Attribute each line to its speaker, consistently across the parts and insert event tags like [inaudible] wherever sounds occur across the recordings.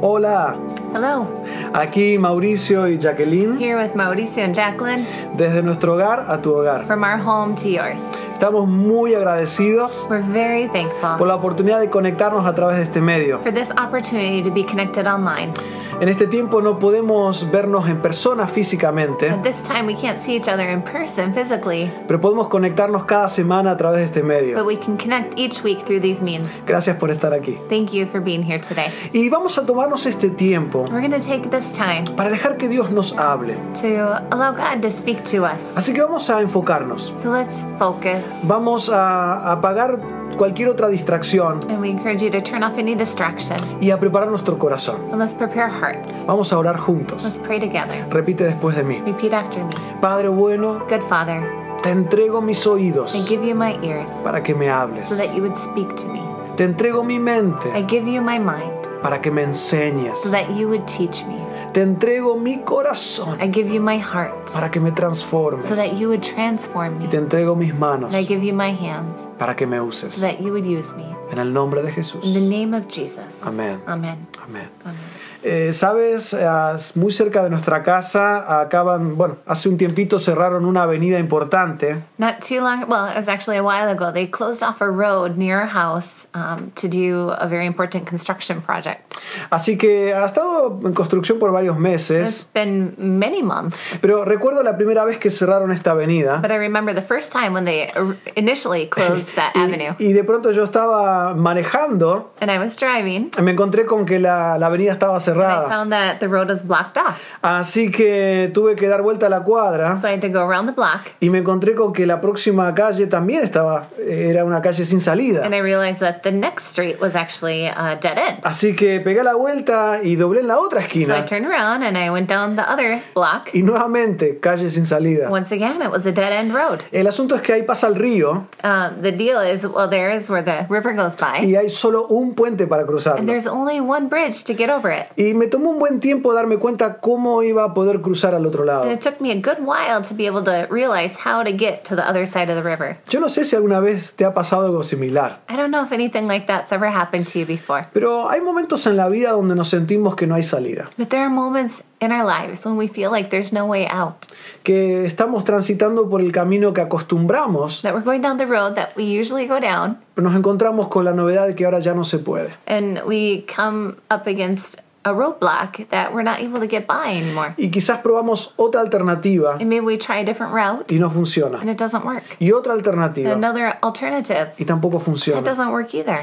Speaker 1: Hola,
Speaker 2: Hello,
Speaker 1: aquí Mauricio y Jacqueline,
Speaker 2: here with Mauricio and Jacqueline
Speaker 1: desde nuestro hogar a tu hogar.
Speaker 2: from our home to yours.
Speaker 1: Estamos muy agradecidos
Speaker 2: We're very
Speaker 1: por
Speaker 2: thankful
Speaker 1: la oportunidad de conectarnos a través de este medio.
Speaker 2: for this opportunity to be connected online.
Speaker 1: En este tiempo no podemos vernos en persona físicamente,
Speaker 2: But this time we can't see each other in person physically,
Speaker 1: pero podemos conectarnos cada semana a través de este
Speaker 2: but
Speaker 1: medio.
Speaker 2: we can connect each week through these means.
Speaker 1: Gracias por estar aquí.
Speaker 2: Thank you for being here today.
Speaker 1: Y vamos a tomarnos este tiempo
Speaker 2: We're going to take this time
Speaker 1: para dejar que Dios nos hable.
Speaker 2: to allow God to speak to us.
Speaker 1: Así que vamos a enfocarnos.
Speaker 2: So let's focus.
Speaker 1: Vamos a apagar cualquier otra distracción
Speaker 2: And we encourage you to turn off any distraction.
Speaker 1: y a preparar nuestro corazón.
Speaker 2: And let's prepare hearts.
Speaker 1: Vamos a orar juntos.
Speaker 2: Let's pray together.
Speaker 1: Repite después de mí.
Speaker 2: Repeat after me.
Speaker 1: Padre bueno,
Speaker 2: Good Father,
Speaker 1: te entrego mis oídos
Speaker 2: I give you my ears
Speaker 1: para que me hables.
Speaker 2: so that you would speak to me.
Speaker 1: Te entrego mi
Speaker 2: I
Speaker 1: mente
Speaker 2: give you my mind
Speaker 1: para que me enseñes.
Speaker 2: so that you would teach me.
Speaker 1: Te entrego mi corazón
Speaker 2: I give you my heart
Speaker 1: para que me transformes.
Speaker 2: so that you would transform me.
Speaker 1: Y te entrego mis manos
Speaker 2: And I give you my hands
Speaker 1: para que me
Speaker 2: so
Speaker 1: uses.
Speaker 2: that you would use me.
Speaker 1: En el nombre de Jesús.
Speaker 2: In the name of Jesus.
Speaker 1: Amen.
Speaker 2: Amen.
Speaker 1: Amén.
Speaker 2: Amen.
Speaker 1: Eh, Sabes, Ah, muy cerca de nuestra casa acaban, bueno, hace un tiempito cerraron una avenida importante
Speaker 2: Not too long, well, it was actually a while ago. They closed off a road near our house um, to do a very important construction project.
Speaker 1: Así que ha estado en construcción por varios
Speaker 2: It's
Speaker 1: meses.
Speaker 2: been many months,
Speaker 1: Pero recuerdo la primera vez que cerraron esta avenida.
Speaker 2: but I remember the first time when they or- initially
Speaker 1: [laughs]
Speaker 2: closed that avenue.
Speaker 1: Y, y de pronto yo estaba manejando.
Speaker 2: And I was driving,
Speaker 1: Me encontré con que la, la avenida estaba
Speaker 2: and I
Speaker 1: cerrada.
Speaker 2: found that the road was blocked off.
Speaker 1: Así que tuve que dar vuelta a la cuadra.
Speaker 2: So I had to go around the block
Speaker 1: Y me encontré con que la próxima calle también estaba, eh, era una calle sin salida.
Speaker 2: and I realized that the next street was actually a dead end.
Speaker 1: Así que pegué la vuelta y doblé en la otra
Speaker 2: So I
Speaker 1: esquina.
Speaker 2: turned around and I went down the other block.
Speaker 1: Y nuevamente, calle sin salida.
Speaker 2: Once again, it was a dead end road.
Speaker 1: El asunto es que ahí pasa el río
Speaker 2: Um, the deal is, well, there is where the river goes by,
Speaker 1: y hay solo un puente para cruzarlo.
Speaker 2: and there's only one bridge to get over it.
Speaker 1: Y me tomó un buen tiempo darme cuenta cómo iba a poder cruzar al otro
Speaker 2: And
Speaker 1: lado.
Speaker 2: it took me a good while to be able to realize how to get to the other side of the river.
Speaker 1: Yo no sé si alguna vez te ha pasado algo similar,
Speaker 2: I don't know if anything like that's ever happened to you before,
Speaker 1: pero hay momentos en la vida donde nos sentimos que no hay salida,
Speaker 2: but there are moments in our lives when we feel like there's no way out,
Speaker 1: que estamos transitando por el camino que acostumbramos,
Speaker 2: that we're going down the road that we usually go down,
Speaker 1: pero nos encontramos con la novedad de que ahora ya no se puede.
Speaker 2: and we come up against a roadblock that we're not able to get by anymore.
Speaker 1: Y quizás probamos otra alternativa
Speaker 2: And maybe we try a different route
Speaker 1: y no
Speaker 2: and
Speaker 1: funciona.
Speaker 2: it doesn't work.
Speaker 1: Y otra
Speaker 2: And
Speaker 1: alternativa
Speaker 2: another alternative
Speaker 1: y tampoco
Speaker 2: that
Speaker 1: funciona.
Speaker 2: doesn't work either.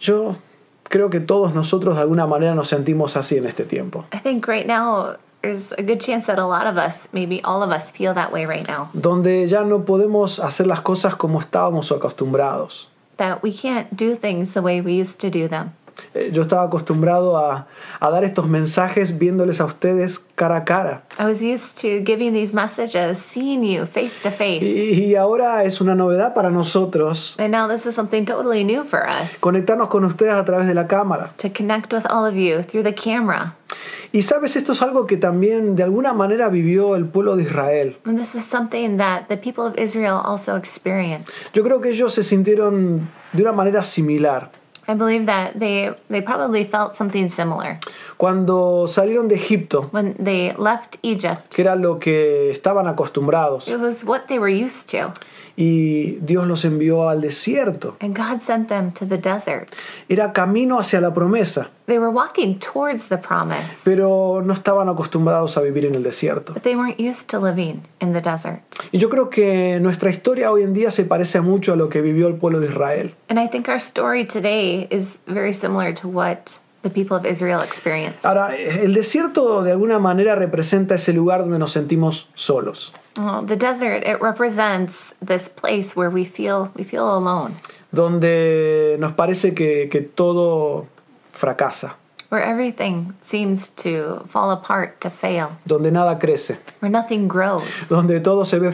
Speaker 1: Yo creo que todos nosotros de alguna manera nos sentimos así en este tiempo.
Speaker 2: I think right now there's a good chance that a lot of us, maybe all of us, feel that way right now.
Speaker 1: donde ya no podemos hacer las cosas como estábamos acostumbrados.
Speaker 2: That we can't do things the way we used to do them.
Speaker 1: Eh, Yo estaba acostumbrado a, a dar estos mensajes viéndoles a ustedes cara a cara.
Speaker 2: I was used to giving these messages, seeing you face to face.
Speaker 1: Y, y ahora es una novedad para nosotros
Speaker 2: And now this is something totally new for us
Speaker 1: conectarnos con ustedes a través de la cámara.
Speaker 2: to connect with all of you through the camera.
Speaker 1: Y sabes, esto es algo que también de alguna manera vivió el pueblo de Israel.
Speaker 2: And this is something that the people of Israel also experienced.
Speaker 1: Yo creo que ellos se sintieron de una manera similar.
Speaker 2: I believe that they they probably felt something similar
Speaker 1: Cuando salieron de Egipto,
Speaker 2: when they left Egypt.
Speaker 1: que era lo que estaban acostumbrados,
Speaker 2: It was what they were used to,
Speaker 1: y Dios los envió al desierto.
Speaker 2: and God sent them to the desert.
Speaker 1: era camino hacia la promesa,
Speaker 2: They were walking towards the promise,
Speaker 1: pero no estaban acostumbrados a vivir en el desierto.
Speaker 2: but they weren't used to living in the desert.
Speaker 1: Y yo creo que nuestra historia hoy en día se parece mucho a lo que vivió el pueblo de Israel.
Speaker 2: And I think our story today is very similar to what the people of Israel experienced.
Speaker 1: Ahora, el desierto de alguna manera representa ese lugar donde nos sentimos solos,
Speaker 2: Oh, the desert it represents this place where we feel we feel alone,
Speaker 1: donde nos parece que, que todo fracasa,
Speaker 2: where everything seems to fall apart, to fail.
Speaker 1: donde nada crece,
Speaker 2: where nothing grows,
Speaker 1: donde todo se ve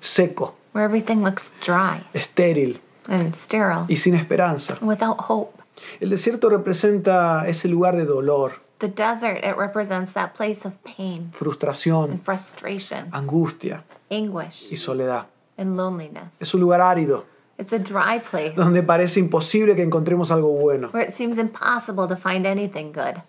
Speaker 1: seco,
Speaker 2: where everything looks dry
Speaker 1: estéril
Speaker 2: and sterile,
Speaker 1: y sin esperanza.
Speaker 2: and without hope.
Speaker 1: El desierto representa ese lugar de dolor,
Speaker 2: The desert, it represents that place of pain,
Speaker 1: frustración,
Speaker 2: frustration,
Speaker 1: angustia
Speaker 2: anguish,
Speaker 1: y soledad.
Speaker 2: and loneliness.
Speaker 1: Es un lugar árido,
Speaker 2: It's a dry place
Speaker 1: donde parece imposible que encontremos algo bueno.
Speaker 2: where it seems impossible to find anything good.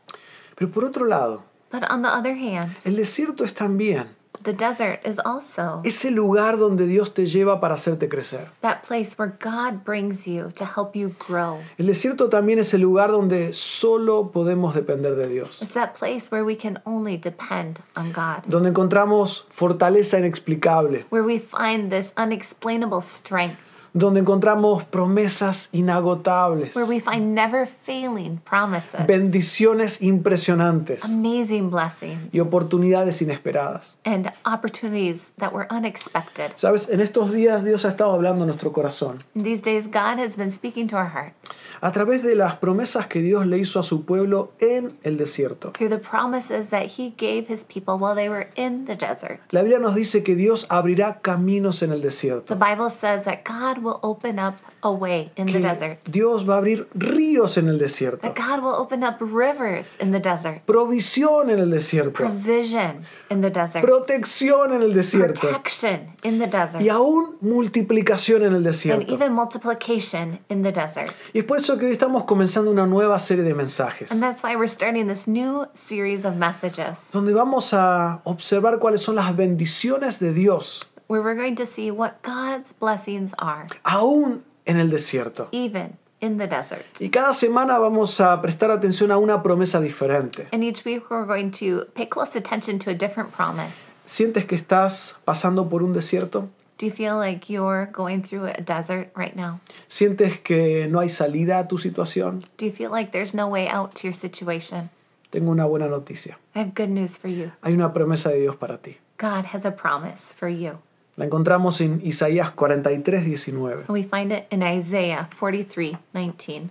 Speaker 1: Pero por otro lado,
Speaker 2: But on the other hand,
Speaker 1: el desierto es también
Speaker 2: the desert is also
Speaker 1: ese lugar donde Dios te lleva para hacerte crecer.
Speaker 2: that place where God brings you to help you grow.
Speaker 1: El desierto también es el lugar donde solo podemos depender de Dios,
Speaker 2: It's that place where we can only depend on God,
Speaker 1: donde encontramos fortaleza inexplicable,
Speaker 2: where we find this unexplainable strength,
Speaker 1: donde encontramos promesas inagotables,
Speaker 2: where we find never failing promises,
Speaker 1: bendiciones impresionantes
Speaker 2: amazing blessings,
Speaker 1: y oportunidades inesperadas.
Speaker 2: and opportunities that were unexpected.
Speaker 1: Sabes, en estos días Dios ha estado hablando a nuestro corazón
Speaker 2: These days, God has been speaking to our hearts
Speaker 1: a través de las promesas que Dios le hizo a su pueblo en el desierto.
Speaker 2: through the promises that He gave His people while they were in the desert.
Speaker 1: La Biblia nos dice que Dios abrirá caminos en el desierto.
Speaker 2: The Bible says that God will open up a way in the
Speaker 1: que
Speaker 2: desert.
Speaker 1: Dios va a abrir ríos en el desierto,
Speaker 2: That God will open up rivers in the desert,
Speaker 1: provisión en el desierto,
Speaker 2: provision in the desert,
Speaker 1: protección en el desierto
Speaker 2: protection in the desert,
Speaker 1: y aún multiplicación en el
Speaker 2: and
Speaker 1: desierto.
Speaker 2: even multiplication in the desert.
Speaker 1: Y es por eso que hoy estamos comenzando una nueva serie de mensajes,
Speaker 2: And that's why we're starting this new series of messages
Speaker 1: donde vamos a observar cuáles son las bendiciones de Dios,
Speaker 2: where we're going to see what God's blessings are,
Speaker 1: aún en el desierto.
Speaker 2: even in the desert.
Speaker 1: Y cada semana vamos a prestar atención a una promesa diferente.
Speaker 2: And each week we're going to pay close attention to a different promise.
Speaker 1: ¿Sientes que estás pasando por un desierto?
Speaker 2: Do you feel like you're going through a desert right now?
Speaker 1: ¿Sientes que no hay salida a tu situación?
Speaker 2: Do you feel like there's no way out to your situation?
Speaker 1: Tengo una buena noticia.
Speaker 2: I have good news for you.
Speaker 1: Hay una promesa de Dios para ti.
Speaker 2: God has a promise for you.
Speaker 1: La encontramos en Isaías 43, 19.
Speaker 2: And we find it in Isaiah 43 19.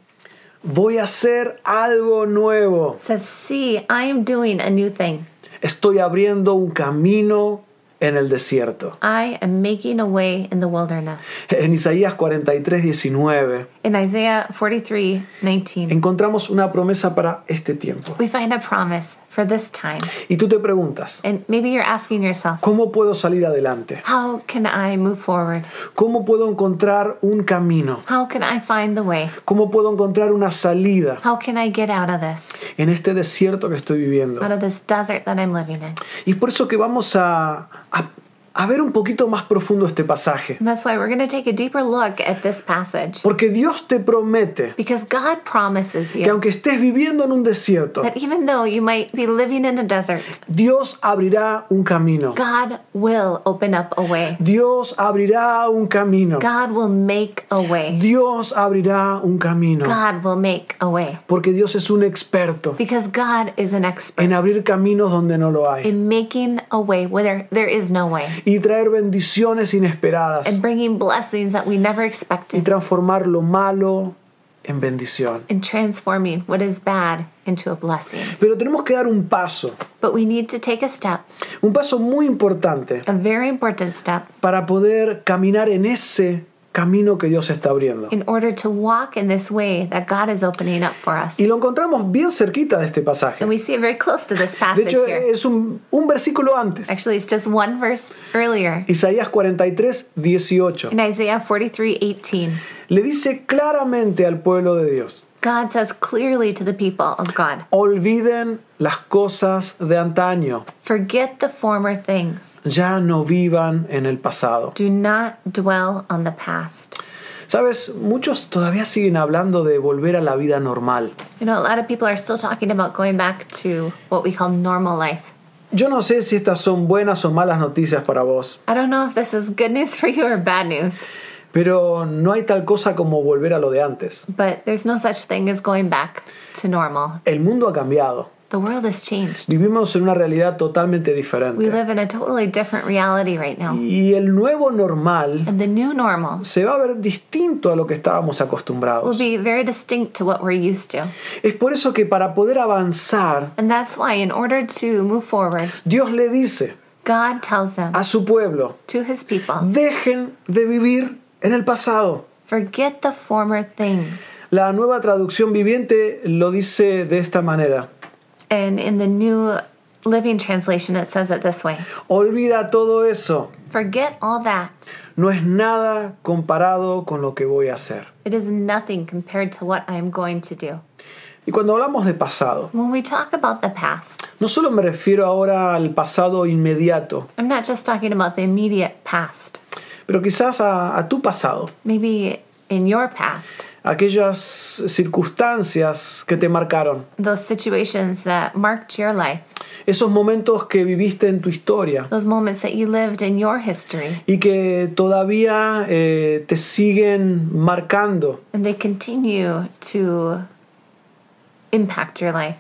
Speaker 1: Voy a hacer algo nuevo.
Speaker 2: It says, See, I am doing a new thing.
Speaker 1: Estoy abriendo un camino en el desierto.
Speaker 2: I am making a way in the wilderness.
Speaker 1: En Isaías 43, 19
Speaker 2: In Isaiah 43 19,
Speaker 1: encontramos una promesa para este tiempo.
Speaker 2: we find a promise for this time.
Speaker 1: Y tú te preguntas,
Speaker 2: And maybe you're asking yourself,
Speaker 1: ¿cómo puedo salir adelante?
Speaker 2: How can I move forward?
Speaker 1: ¿Cómo puedo encontrar un camino?
Speaker 2: How can I find the way?
Speaker 1: ¿Cómo puedo encontrar una salida
Speaker 2: How can I get out of this,
Speaker 1: en este desierto que estoy viviendo?
Speaker 2: out of this desert that I'm living in?
Speaker 1: Y es por eso que vamos a, a- a ver un poquito más profundo este pasaje.
Speaker 2: And that's why we're going to take a deeper look at this passage
Speaker 1: Porque Dios te promete
Speaker 2: because God promises
Speaker 1: que
Speaker 2: you
Speaker 1: aunque estés viviendo en un desierto,
Speaker 2: that even though you might be living in a desert,
Speaker 1: Dios abrirá un camino.
Speaker 2: God will open up a way.
Speaker 1: Dios abrirá un camino.
Speaker 2: God will make a way.
Speaker 1: Dios abrirá un camino.
Speaker 2: God will make a way.
Speaker 1: Porque Dios es un experto
Speaker 2: Because God is an
Speaker 1: en
Speaker 2: expert
Speaker 1: abrir caminos donde no lo hay.
Speaker 2: in making a way where there, there is no way
Speaker 1: Y traer bendiciones inesperadas.
Speaker 2: and bringing blessings that we never
Speaker 1: Y
Speaker 2: expected
Speaker 1: transformar lo malo en bendición.
Speaker 2: and transforming what is bad into a blessing.
Speaker 1: Pero tenemos que dar un paso.
Speaker 2: But we need to take a step,
Speaker 1: Un paso muy importante
Speaker 2: a very important step,
Speaker 1: para poder caminar en ese camino que Dios está abriendo.
Speaker 2: in order to walk in this way that God is opening up for us.
Speaker 1: Y lo encontramos bien cerquita de este pasaje.
Speaker 2: And we see it very close to this
Speaker 1: De
Speaker 2: passage
Speaker 1: hecho,
Speaker 2: here.
Speaker 1: es un, un versículo antes.
Speaker 2: Actually, it's just one verse earlier
Speaker 1: Isaías 43, 18.
Speaker 2: in Isaiah 43 18.
Speaker 1: Le dice claramente al pueblo de Dios,
Speaker 2: God says clearly to the people of God,
Speaker 1: olviden las cosas de antaño,
Speaker 2: forget the former things.
Speaker 1: ya no vivan en el pasado.
Speaker 2: Do not dwell on the past.
Speaker 1: Sabes, muchos todavía siguen hablando de volver a la vida normal.
Speaker 2: You know, a lot of people are still talking about going back to what we call normal life.
Speaker 1: Yo no sé si estas son buenas o malas noticias para vos,
Speaker 2: I don't know if this is good news for you or bad news,
Speaker 1: pero no hay tal cosa como volver a lo de antes.
Speaker 2: but there's no such thing as going back to normal.
Speaker 1: El mundo ha cambiado.
Speaker 2: The world has changed.
Speaker 1: Vivimos en una realidad totalmente
Speaker 2: We
Speaker 1: diferente.
Speaker 2: live in a totally different reality right now.
Speaker 1: Y el nuevo normal
Speaker 2: And the new normal
Speaker 1: se va a ver distinto a lo que estábamos
Speaker 2: will
Speaker 1: acostumbrados.
Speaker 2: be very distinct to what we're used to.
Speaker 1: Es por eso que para poder avanzar,
Speaker 2: And that's why, in order to move forward,
Speaker 1: Dios le dice
Speaker 2: God tells them
Speaker 1: a su pueblo,
Speaker 2: to his people
Speaker 1: dejen de vivir en el pasado.
Speaker 2: forget the former things.
Speaker 1: La nueva traducción viviente lo dice de esta manera.
Speaker 2: And in the new Living Translation, it says it this way
Speaker 1: Olvida todo eso.
Speaker 2: Forget all that.
Speaker 1: No es nada comparado con lo que voy a hacer.
Speaker 2: It is nothing compared to what I am going to do.
Speaker 1: Y cuando hablamos de pasado,
Speaker 2: When we talk about the past,
Speaker 1: no solo me refiero ahora al pasado inmediato,
Speaker 2: I'm not just talking about the immediate past,
Speaker 1: pero quizás a, a tu pasado,
Speaker 2: maybe in your past,
Speaker 1: aquellas circunstancias que te marcaron,
Speaker 2: those situations that marked your life,
Speaker 1: esos momentos que viviste en tu historia
Speaker 2: those moments that you lived in your history,
Speaker 1: y que todavía eh, te siguen marcando.
Speaker 2: and they continue to impact your life.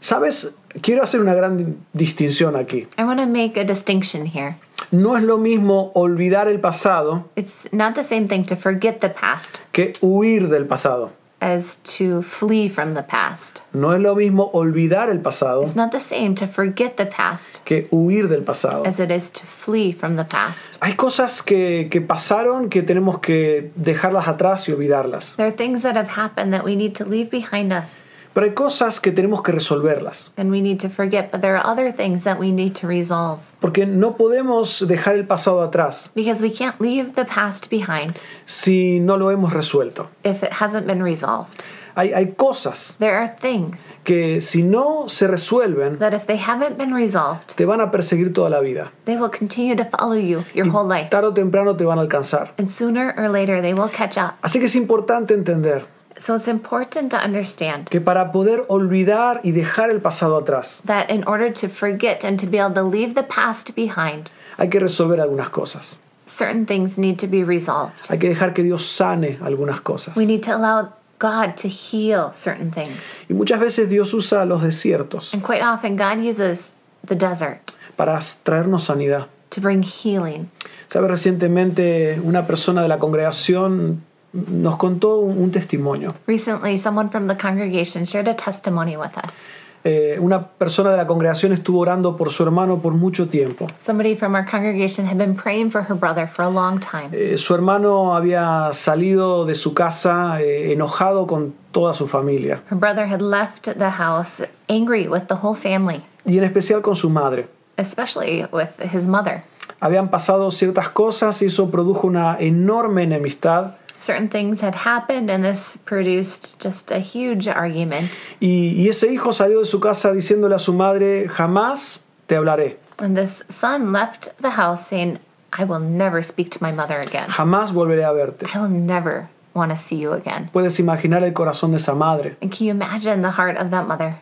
Speaker 1: Sabes, quiero hacer una gran distinción aquí.
Speaker 2: I want to make a distinction here.
Speaker 1: No es lo mismo olvidar el pasado
Speaker 2: It's not the same thing to forget the past
Speaker 1: que huir del pasado.
Speaker 2: as to flee from the past.
Speaker 1: No es lo mismo olvidar el pasado
Speaker 2: It's not the same to forget the past
Speaker 1: que huir del pasado.
Speaker 2: as it is to flee from the past.
Speaker 1: Hay cosas que, que pasaron que tenemos que dejarlas atrás y olvidarlas.
Speaker 2: There are things that have happened that we need to leave behind us
Speaker 1: Pero hay cosas que tenemos que resolverlas.
Speaker 2: and we need to forget, but there are other things that we need to resolve
Speaker 1: Porque no podemos dejar el pasado atrás
Speaker 2: because we can't leave the past behind
Speaker 1: si no lo hemos resuelto.
Speaker 2: if it hasn't been resolved.
Speaker 1: Hay, hay cosas
Speaker 2: There are things
Speaker 1: que si no se resuelven
Speaker 2: that if they haven't been resolved,
Speaker 1: te van a perseguir toda la vida.
Speaker 2: they will continue to follow you your whole life.
Speaker 1: Tarde o temprano te van a alcanzar.
Speaker 2: And sooner or later, they will catch up.
Speaker 1: Así que es importante entender
Speaker 2: So it's important to understand
Speaker 1: que para poder olvidar y dejar el pasado atrás
Speaker 2: that in order to forget and to be able to leave the past behind,
Speaker 1: hay que resolver algunas cosas.
Speaker 2: certain things need to be resolved.
Speaker 1: Hay que dejar que Dios sane algunas cosas.
Speaker 2: We need to allow God to heal certain things.
Speaker 1: Y muchas veces Dios usa los desiertos
Speaker 2: And quite often, God uses the desert
Speaker 1: para traernos sanidad.
Speaker 2: to bring healing.
Speaker 1: Sabe, recientemente una persona de la congregación nos contó un, un testimonio.
Speaker 2: Recently, someone from the congregation shared a testimony with us.
Speaker 1: Eh, una persona de la congregación estuvo orando por su hermano por mucho tiempo.
Speaker 2: Somebody from our congregation had been praying for her brother for a long time.
Speaker 1: Eh, su hermano había salido de su casa eh, enojado con toda su familia
Speaker 2: Her brother had left the house angry with the whole family,
Speaker 1: y en especial con su madre.
Speaker 2: especially with his mother.
Speaker 1: Habían pasado ciertas cosas y eso produjo una enorme enemistad
Speaker 2: Certain things had happened, and this produced just a huge argument.
Speaker 1: y, y ese hijo salió de su casa diciéndole a su madre, jamás te hablaré,
Speaker 2: And this son left the house saying, I will never speak to my mother again.
Speaker 1: jamás volveré a verte.
Speaker 2: I will never want to see you again.
Speaker 1: Puedes imaginar el corazón de esa madre.
Speaker 2: And can you imagine the heart of that mother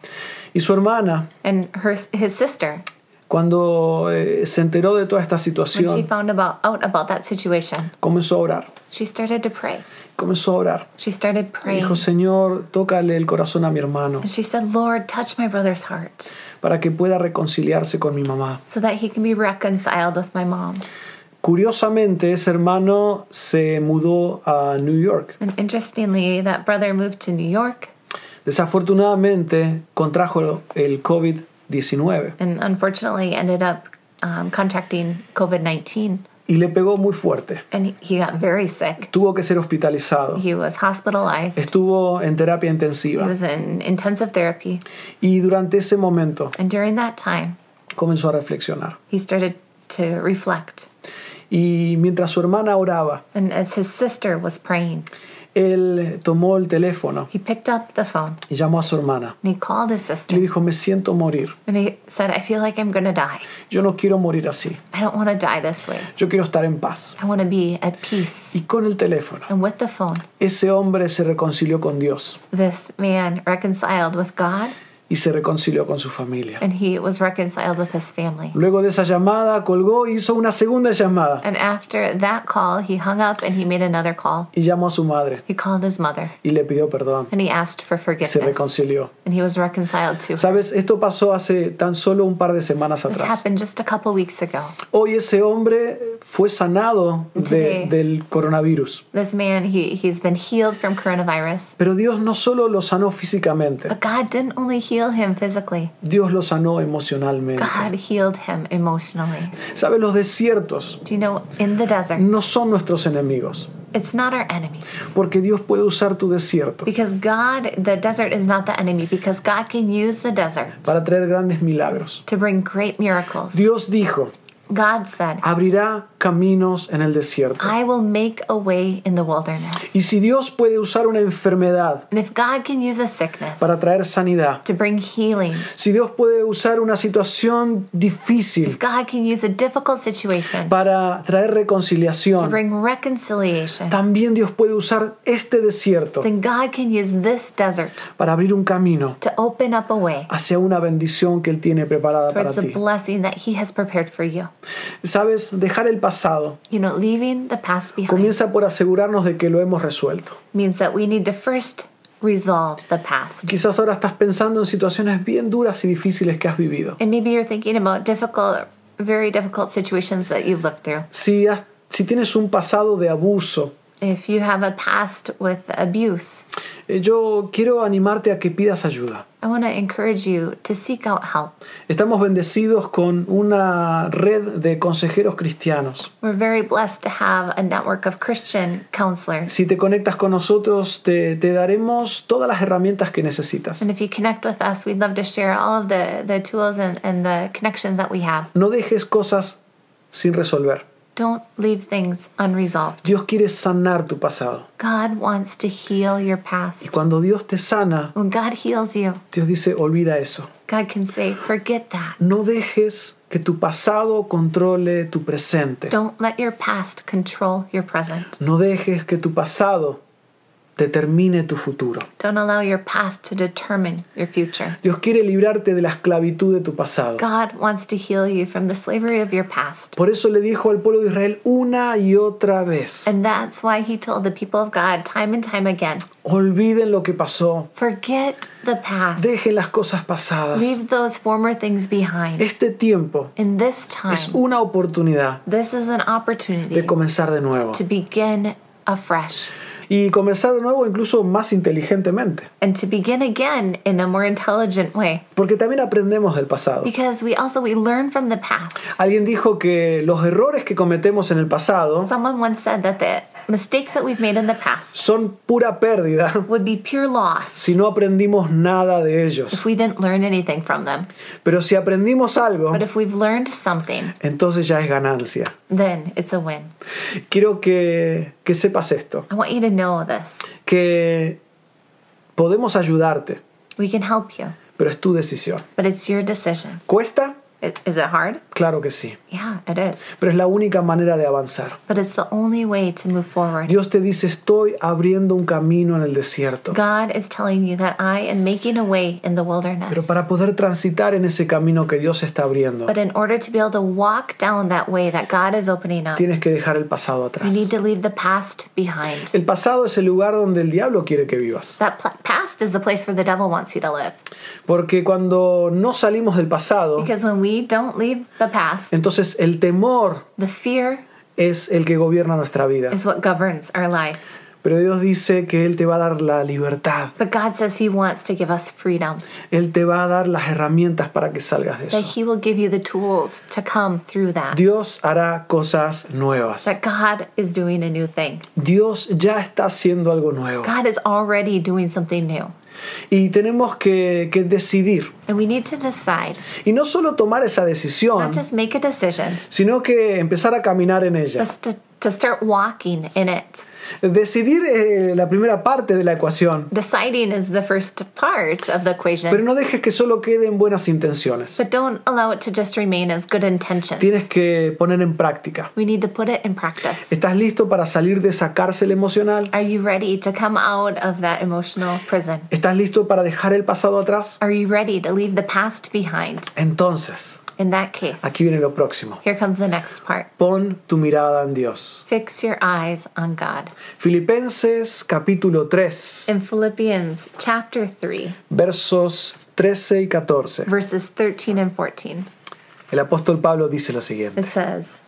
Speaker 1: Y su hermana,
Speaker 2: and her his sister
Speaker 1: cuando eh, se enteró de toda esta
Speaker 2: when she
Speaker 1: situación,
Speaker 2: found about out about that situation?
Speaker 1: comenzó a orar.
Speaker 2: She started to pray.
Speaker 1: Comenzó a orar.
Speaker 2: She started praying.
Speaker 1: Dijo, Señor, tócale el corazón a mi hermano
Speaker 2: And she said, "Lord, touch my brother's heart
Speaker 1: para que pueda reconciliarse con mi mamá.
Speaker 2: so that he can be reconciled with my mom."
Speaker 1: Curiosamente, ese hermano se mudó a New York.
Speaker 2: And interestingly, that brother moved to New York
Speaker 1: Desafortunadamente, contrajo el COVID-19
Speaker 2: and unfortunately ended up um, contracting COVID 19.
Speaker 1: y le pegó muy fuerte.
Speaker 2: And he- he got very sick.
Speaker 1: Tuvo que ser hospitalizado.
Speaker 2: He was hospitalized.
Speaker 1: Estuvo en terapia
Speaker 2: He
Speaker 1: intensiva.
Speaker 2: was in intensive therapy.
Speaker 1: Y durante ese momento
Speaker 2: And during that time,
Speaker 1: comenzó a reflexionar.
Speaker 2: he started to reflect.
Speaker 1: Y mientras su hermana oraba,
Speaker 2: And as his sister was praying,
Speaker 1: él tomó el teléfono
Speaker 2: he picked up the phone
Speaker 1: y llamó a su hermana.
Speaker 2: and he called his
Speaker 1: Le
Speaker 2: sister.
Speaker 1: dijo, me siento morir.
Speaker 2: And he said, I feel like I'm going to die.
Speaker 1: Yo no quiero morir así.
Speaker 2: I don't want to die this way.
Speaker 1: Yo quiero estar en paz.
Speaker 2: I want to be at peace.
Speaker 1: Y con el teléfono,
Speaker 2: And with the phone,
Speaker 1: ese hombre se reconcilió con Dios
Speaker 2: this man reconciled with God
Speaker 1: y se reconcilió con su familia.
Speaker 2: and he was reconciled with his family.
Speaker 1: Luego de esa llamada, colgó y hizo una segunda llamada
Speaker 2: And after that call, he hung up and he made another call.
Speaker 1: y llamó a su madre
Speaker 2: He called his mother
Speaker 1: y le pidió perdón.
Speaker 2: and he asked for
Speaker 1: Se
Speaker 2: forgiveness.
Speaker 1: reconcilió.
Speaker 2: And he was reconciled to her.
Speaker 1: Sabes, esto pasó hace tan solo un par de semanas
Speaker 2: This
Speaker 1: atrás.
Speaker 2: happened just a couple weeks ago.
Speaker 1: Hoy ese hombre fue sanado de-
Speaker 2: Today.
Speaker 1: del coronavirus.
Speaker 2: This man, he, he's been healed from coronavirus.
Speaker 1: Pero Dios no solo lo sanó físicamente,
Speaker 2: But God didn't only heal him physically,
Speaker 1: Dios lo sanó emocionalmente.
Speaker 2: God healed him emotionally.
Speaker 1: ¿Sabes? Los desiertos
Speaker 2: Do you know, in the desert,
Speaker 1: no son nuestros enemigos.
Speaker 2: It's not our enemies.
Speaker 1: porque Dios puede usar tu desierto
Speaker 2: Because God, the desert is not the enemy, because God can use the desert
Speaker 1: para traer grandes milagros.
Speaker 2: to bring great miracles.
Speaker 1: Dios dijo,
Speaker 2: God said,
Speaker 1: abrirá caminos en el desierto.
Speaker 2: I will make a way in the wilderness.
Speaker 1: Y si Dios puede usar una enfermedad
Speaker 2: And if God can use a sickness
Speaker 1: para traer sanidad,
Speaker 2: to bring healing,
Speaker 1: si Dios puede usar una situación difícil
Speaker 2: God can use a difficult situation
Speaker 1: para traer
Speaker 2: to
Speaker 1: reconciliación,
Speaker 2: bring reconciliation,
Speaker 1: también Dios puede usar este desierto
Speaker 2: then God can use this desert
Speaker 1: para abrir un camino
Speaker 2: to open up a way
Speaker 1: hacia una bendición que Él tiene preparada para
Speaker 2: towards the
Speaker 1: ti.
Speaker 2: blessing that He has prepared for you.
Speaker 1: Sabes, dejar el pasado
Speaker 2: You know, leaving the past behind
Speaker 1: comienza por asegurarnos de que lo hemos resuelto.
Speaker 2: means that we need to first resolve the past.
Speaker 1: Quizás ahora estás pensando en situaciones bien duras y difíciles que has vivido.
Speaker 2: And maybe you're thinking about difficult, very difficult situations that you've lived through.
Speaker 1: Si, has- si tienes un pasado de abuso,
Speaker 2: If you have a past with abuse,
Speaker 1: eh, yo quiero animarte a que pidas ayuda.
Speaker 2: I want to encourage you to seek out help.
Speaker 1: Estamos bendecidos con una red de consejeros cristianos.
Speaker 2: We're very blessed to have a network of Christian counselors.
Speaker 1: Si te conectas con nosotros, te, te daremos todas las herramientas que necesitas.
Speaker 2: And if you connect with us, we'd love to share all of the, the tools and, and the connections that we have.
Speaker 1: No dejes cosas sin resolver.
Speaker 2: Don't leave things unresolved.
Speaker 1: Dios quiere sanar tu pasado.
Speaker 2: God wants to heal your past.
Speaker 1: Y cuando Dios te sana,
Speaker 2: When God heals you,
Speaker 1: Dios dice, olvida eso.
Speaker 2: God can say, forget that.
Speaker 1: No dejes que tu pasado controle tu presente.
Speaker 2: Don't let your past control your present.
Speaker 1: No dejes que tu pasado determine tu futuro.
Speaker 2: Don't allow your past to determine your future.
Speaker 1: Dios quiere librarte de la esclavitud de tu pasado.
Speaker 2: God wants to heal you from the slavery of your past.
Speaker 1: Por eso le dijo al pueblo de Israel una y otra vez,
Speaker 2: And that's why he told the people of God time and time again
Speaker 1: olviden lo que pasó,
Speaker 2: forget the past,
Speaker 1: dejen las cosas pasadas.
Speaker 2: leave those former things behind.
Speaker 1: Este tiempo
Speaker 2: In this
Speaker 1: es
Speaker 2: time,
Speaker 1: una oportunidad
Speaker 2: this is an
Speaker 1: de
Speaker 2: opportunity
Speaker 1: comenzar de nuevo.
Speaker 2: to begin afresh
Speaker 1: Y comenzar de nuevo incluso más inteligentemente,
Speaker 2: and to begin again in a more intelligent way
Speaker 1: porque también aprendemos del pasado.
Speaker 2: because we also we learn from the past
Speaker 1: Alguien dijo que los errores que cometemos en el pasado
Speaker 2: someone once said that the mistakes that we've made in the past
Speaker 1: son pura pérdida [laughs]
Speaker 2: would be pure loss
Speaker 1: si no aprendimos nada de ellos.
Speaker 2: if we didn't learn anything from them
Speaker 1: Pero si aprendimos algo,
Speaker 2: but if we've learned something
Speaker 1: entonces ya es ganancia.
Speaker 2: then it's a win
Speaker 1: Quiero que, que sepas esto,
Speaker 2: i want you to know this
Speaker 1: que podemos ayudarte,
Speaker 2: we can help you
Speaker 1: pero es tu decisión.
Speaker 2: but it's your decision
Speaker 1: ¿Cuesta?
Speaker 2: I- is it hard
Speaker 1: Claro que sí,
Speaker 2: yeah it is
Speaker 1: pero es la única manera de avanzar.
Speaker 2: but it's the only way to move forward
Speaker 1: Dios te dice, estoy abriendo un camino en el desierto,
Speaker 2: god is telling you that i am making a way in the
Speaker 1: pero
Speaker 2: wilderness
Speaker 1: para poder transitar en ese camino que Dios está abriendo,
Speaker 2: But in order to be able to walk down that way that God is opening up, you
Speaker 1: tienes que dejar el pasado atrás.
Speaker 2: need to leave the past behind.
Speaker 1: El pasado es el lugar donde el diablo quiere que vivas,
Speaker 2: That pl- past is the place where the devil wants you to live.
Speaker 1: porque cuando no salimos del pasado,
Speaker 2: Because when we don't leave the past,
Speaker 1: entonces el temor
Speaker 2: the fear
Speaker 1: es el que gobierna nuestra vida.
Speaker 2: is what governs our lives.
Speaker 1: Pero Dios dice que Él te va a dar la libertad,
Speaker 2: But God says He wants to give us freedom,
Speaker 1: Él te va a dar las herramientas para que salgas de
Speaker 2: that
Speaker 1: eso.
Speaker 2: He will give you the tools to come through that.
Speaker 1: Dios hará cosas nuevas.
Speaker 2: That God is doing a new thing.
Speaker 1: Dios ya está haciendo algo nuevo.
Speaker 2: God is already doing something new.
Speaker 1: Y tenemos que, que decidir.
Speaker 2: And we need to decide,
Speaker 1: Y no solo tomar esa decisión,
Speaker 2: not just make a decision,
Speaker 1: sino que empezar a caminar en ella.
Speaker 2: but to, to start walking in it.
Speaker 1: Decidir eh, la primera parte de la ecuación,
Speaker 2: deciding is the first part of the equation,
Speaker 1: pero no dejes que solo queden buenas intenciones.
Speaker 2: but don't allow it to just remain as good intentions.
Speaker 1: Tienes que poner en práctica.
Speaker 2: We need to put it in practice.
Speaker 1: ¿Estás listo para salir de esa cárcel emocional?
Speaker 2: Are you ready to come out of that emotional prison?
Speaker 1: ¿Estás listo para dejar el pasado atrás?
Speaker 2: Are you ready to leave the past behind?
Speaker 1: Entonces,
Speaker 2: In that case,
Speaker 1: aquí viene lo próximo.
Speaker 2: here comes the next part.
Speaker 1: Pon tu mirada en Dios.
Speaker 2: Fix your eyes on God.
Speaker 1: Filipenses capítulo 3,
Speaker 2: In Philippians chapter 3,
Speaker 1: versos 13 y 14.
Speaker 2: verses 13 and 14,
Speaker 1: El apóstol Pablo dice lo
Speaker 2: it
Speaker 1: siguiente.
Speaker 2: says,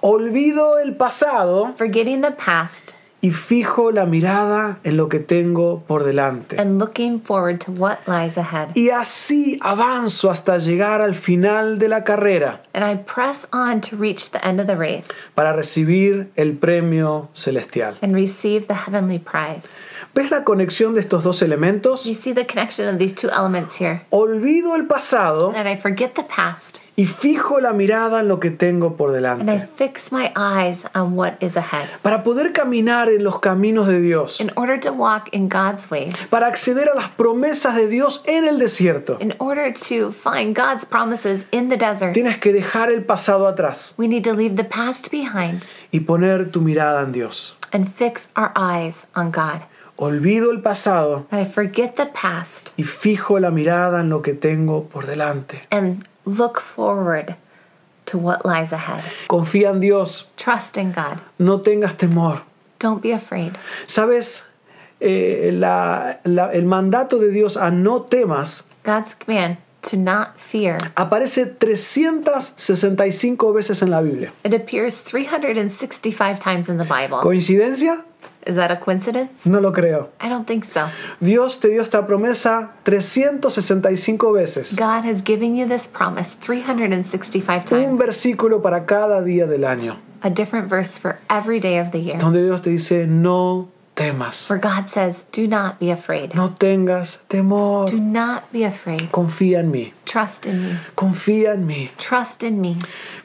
Speaker 1: Olvido el pasado
Speaker 2: Forgetting the past
Speaker 1: y y fijo la mirada en lo que tengo por delante.
Speaker 2: and looking forward to what lies ahead.
Speaker 1: Y así avanzo hasta llegar al final de la carrera
Speaker 2: And I press on to reach the end of the race
Speaker 1: para recibir el premio celestial.
Speaker 2: and receive the heavenly prize.
Speaker 1: ¿Ves la conexión de estos dos elementos?
Speaker 2: You see the connection of these two elements here.
Speaker 1: Olvido el pasado
Speaker 2: And I forget the past
Speaker 1: y fijo la mirada en lo que tengo por
Speaker 2: and I
Speaker 1: delante.
Speaker 2: fix my eyes on what is ahead.
Speaker 1: Para poder caminar en los caminos de Dios,
Speaker 2: In order to walk in God's ways,
Speaker 1: para acceder a las promesas de Dios en el desierto,
Speaker 2: in order to find God's promises in the desert,
Speaker 1: tienes que dejar el pasado atrás
Speaker 2: we need to leave the past behind
Speaker 1: y poner tu mirada en Dios.
Speaker 2: and fix our eyes on God.
Speaker 1: Olvido el pasado
Speaker 2: That I forget the past
Speaker 1: y fijo la mirada en lo que tengo por delante.
Speaker 2: and look forward to what lies ahead.
Speaker 1: Confía en Dios,
Speaker 2: Trust in God.
Speaker 1: no tengas temor.
Speaker 2: Don't be afraid.
Speaker 1: ¿Sabes? Eh, la- la- el mandato de Dios a no temas
Speaker 2: God's command to not fear.
Speaker 1: aparece 365 veces en la Biblia.
Speaker 2: It appears 365 times in the Bible.
Speaker 1: ¿Coincidencia?
Speaker 2: Is that a coincidence?
Speaker 1: No lo creo.
Speaker 2: I don't think so.
Speaker 1: Dios te dio esta promesa 365 veces.
Speaker 2: God has given you this promise 365
Speaker 1: Un
Speaker 2: times,
Speaker 1: versículo para cada día del año,
Speaker 2: a different verse for every day of the year,
Speaker 1: donde Dios te dice, no temas,
Speaker 2: where God says, Do not be afraid.
Speaker 1: no tengas temor,
Speaker 2: Do not be afraid.
Speaker 1: confía en mí,
Speaker 2: Trust in me.
Speaker 1: confía en mí,
Speaker 2: Trust in me.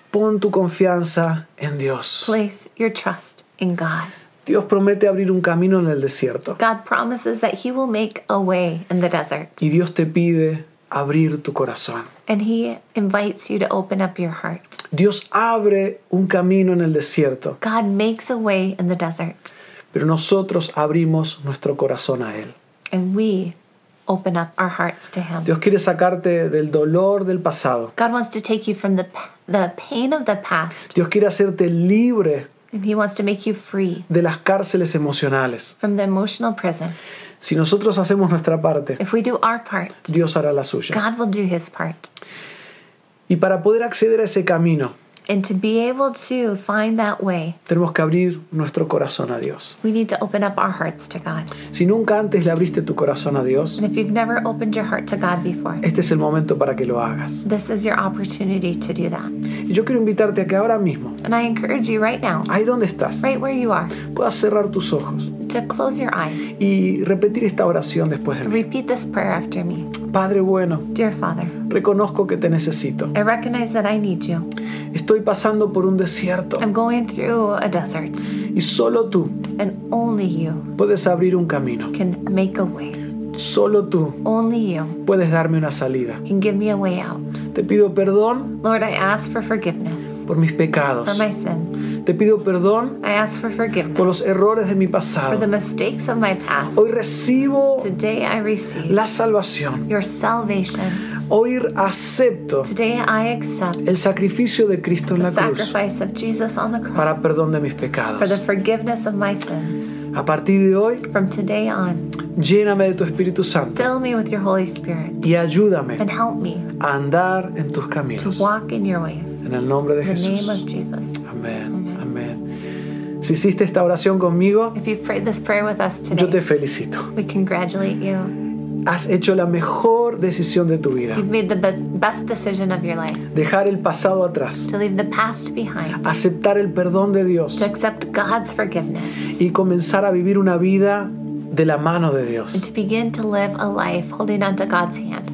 Speaker 1: pon tu confianza en Dios.
Speaker 2: Place your trust in God.
Speaker 1: Dios promete abrir un camino en el desierto.
Speaker 2: God promises that He will make a way in the desert,
Speaker 1: Y Dios te pide abrir tu corazón.
Speaker 2: and He invites you to open up your heart.
Speaker 1: Dios abre un camino en el desierto,
Speaker 2: God makes a way in the desert,
Speaker 1: pero nosotros abrimos nuestro corazón a Él.
Speaker 2: and we open up our hearts to Him.
Speaker 1: Dios quiere sacarte del dolor del pasado.
Speaker 2: God wants to take you from the, p- the pain of the past,
Speaker 1: Dios quiere hacerte libre
Speaker 2: and He wants to make you free
Speaker 1: de las cárceles emocionales.
Speaker 2: from the emotional prison.
Speaker 1: Si nosotros hacemos nuestra parte,
Speaker 2: If we do our part,
Speaker 1: Dios hará la suya.
Speaker 2: God will do His part.
Speaker 1: Y para poder acceder a ese camino,
Speaker 2: And to be able to find that way,
Speaker 1: tenemos que abrir nuestro corazón a Dios.
Speaker 2: we need to open up our hearts to God.
Speaker 1: Si nunca antes le abriste tu corazón a Dios,
Speaker 2: And if you've never opened your heart to God before,
Speaker 1: este es el momento para que lo hagas.
Speaker 2: this is your opportunity to do that.
Speaker 1: Y yo quiero invitarte a que ahora mismo,
Speaker 2: And I encourage you right now,
Speaker 1: ahí donde estás,
Speaker 2: right where you are,
Speaker 1: puedas cerrar tus ojos
Speaker 2: to close your eyes.
Speaker 1: y repetir esta oración después de mí.
Speaker 2: Repeat this prayer after me.
Speaker 1: Padre bueno,
Speaker 2: Dear Father,
Speaker 1: reconozco que te necesito.
Speaker 2: I recognize that I need you.
Speaker 1: Estoy pasando por un desierto
Speaker 2: I'm going through a desert,
Speaker 1: y solo tú
Speaker 2: and only you
Speaker 1: puedes abrir un camino.
Speaker 2: can make a way.
Speaker 1: Solo tú
Speaker 2: Only you
Speaker 1: puedes darme una salida.
Speaker 2: can give me a way out.
Speaker 1: Te pido perdón
Speaker 2: Lord, I ask for forgiveness
Speaker 1: por mis pecados.
Speaker 2: for my sins.
Speaker 1: Te pido perdón
Speaker 2: I ask for
Speaker 1: por los
Speaker 2: forgiveness
Speaker 1: errores de mi
Speaker 2: for the
Speaker 1: pasado.
Speaker 2: mistakes of my past.
Speaker 1: Hoy recibo
Speaker 2: Today I receive
Speaker 1: la salvación.
Speaker 2: your salvation.
Speaker 1: Hoy acepto
Speaker 2: Today I accept
Speaker 1: el sacrificio de Cristo en
Speaker 2: the
Speaker 1: la cruz
Speaker 2: sacrifice of Jesus on the
Speaker 1: para
Speaker 2: cross
Speaker 1: perdón de mis
Speaker 2: for the
Speaker 1: pecados.
Speaker 2: forgiveness of my sins.
Speaker 1: A partir de hoy,
Speaker 2: From today on,
Speaker 1: lléname de tu Espíritu Santo
Speaker 2: fill me with your Holy Spirit
Speaker 1: y ayúdame
Speaker 2: and help me
Speaker 1: a andar en tus
Speaker 2: to
Speaker 1: caminos.
Speaker 2: walk in your ways.
Speaker 1: En el nombre de
Speaker 2: In the name of
Speaker 1: Jesús.
Speaker 2: Jesus.
Speaker 1: Amén, amén. Si hiciste esta oración conmigo,
Speaker 2: If you've prayed this prayer with us
Speaker 1: yo te
Speaker 2: today,
Speaker 1: felicito.
Speaker 2: we congratulate you.
Speaker 1: Has hecho la mejor decisión de tu vida.
Speaker 2: You've made the be- best decision of your life
Speaker 1: Dejar el pasado atrás,
Speaker 2: to leave the past behind,
Speaker 1: aceptar el perdón de Dios
Speaker 2: to accept God's forgiveness,
Speaker 1: y comenzar a vivir una vida de la mano de
Speaker 2: and
Speaker 1: Dios.
Speaker 2: to begin to live a life holding onto God's hand.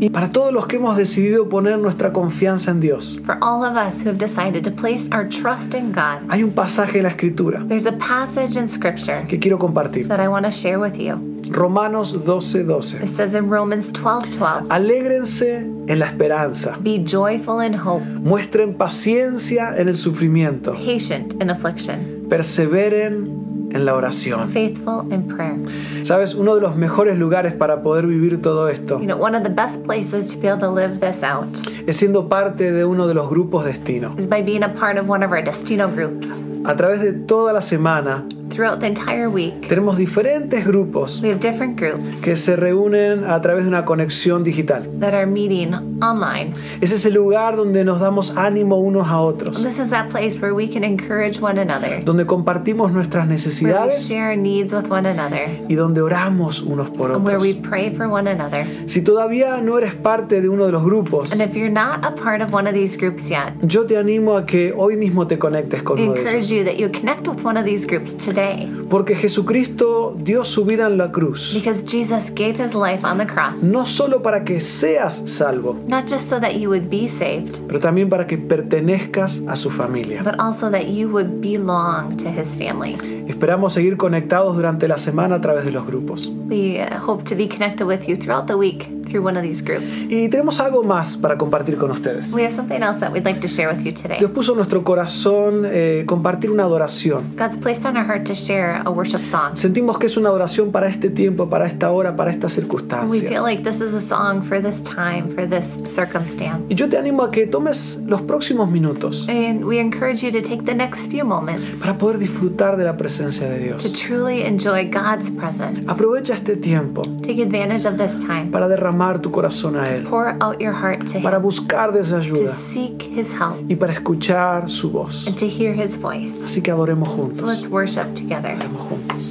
Speaker 1: Y para todos los que hemos decidido poner nuestra confianza en Dios,
Speaker 2: For all of us who have decided to place our trust in God,
Speaker 1: hay un pasaje en la Escritura
Speaker 2: there's a passage in Scripture
Speaker 1: que quiero compartir.
Speaker 2: that I want to share with you.
Speaker 1: Romanos 12:12.
Speaker 2: It says in Romans 12 12,
Speaker 1: Alégrense en la esperanza,
Speaker 2: be joyful in hope,
Speaker 1: muestren paciencia en el sufrimiento,
Speaker 2: patient in affliction,
Speaker 1: perseveren en la oración.
Speaker 2: faithful in prayer.
Speaker 1: Sabes, uno de los mejores lugares para poder vivir todo esto
Speaker 2: You know, one of the best places to be able to live this out
Speaker 1: es siendo parte de uno de los grupos destino.
Speaker 2: is by being a part of one of our Destino groups.
Speaker 1: A través de toda la semana
Speaker 2: throughout the entire week.
Speaker 1: Tenemos diferentes grupos
Speaker 2: We have different groups
Speaker 1: que se reúnen a través de una conexión digital.
Speaker 2: that are meeting online.
Speaker 1: Ese es el lugar donde nos damos ánimo unos a otros,
Speaker 2: This is that place where we can encourage one another,
Speaker 1: donde compartimos nuestras
Speaker 2: where we
Speaker 1: necesidades
Speaker 2: share needs with one another,
Speaker 1: y donde oramos unos por
Speaker 2: and where we
Speaker 1: otros.
Speaker 2: pray for one another.
Speaker 1: Si todavía no eres parte de uno de los grupos,
Speaker 2: And if you're not a part of one of these groups yet,
Speaker 1: yo te animo a que hoy mismo te conectes con
Speaker 2: we
Speaker 1: uno de ellos.
Speaker 2: encourage you that you connect with one of these groups today
Speaker 1: Porque Jesucristo dio su vida en la cruz,
Speaker 2: because Jesus gave his life on the cross,
Speaker 1: no solo para que seas salvo,
Speaker 2: not just so that you would be saved,
Speaker 1: pero también para que pertenezcas a su familia.
Speaker 2: but also that you would belong to his family.
Speaker 1: Esperamos seguir conectados durante la semana a través de los grupos.
Speaker 2: We uh, hope to be connected with you throughout the week through one of these groups.
Speaker 1: Y tenemos algo más para compartir con ustedes.
Speaker 2: We have something else that we'd like to share with you today.
Speaker 1: Dios puso en nuestro corazón eh, compartir una adoración.
Speaker 2: God's placed on our heart to share a worship song.
Speaker 1: Sentimos que es una adoración para este tiempo, para esta hora, para estas
Speaker 2: We
Speaker 1: circunstancias.
Speaker 2: feel like this is a song for this time, for this
Speaker 1: Y
Speaker 2: circumstance.
Speaker 1: yo te animo a que tomes los próximos minutos
Speaker 2: And we encourage you to take the next few moments
Speaker 1: para poder disfrutar de la presencia de
Speaker 2: to
Speaker 1: Dios.
Speaker 2: truly enjoy God's presence.
Speaker 1: Aprovecha este tiempo
Speaker 2: Take advantage of this time.
Speaker 1: para derramar tu corazón a Él,
Speaker 2: Pour out your heart to
Speaker 1: para
Speaker 2: Him,
Speaker 1: buscar de esa
Speaker 2: to
Speaker 1: ayuda
Speaker 2: seek His help,
Speaker 1: y para escuchar su voz.
Speaker 2: and to hear His voice.
Speaker 1: Así que adoremos
Speaker 2: So
Speaker 1: juntos.
Speaker 2: let's worship together.
Speaker 1: Oremos juntos.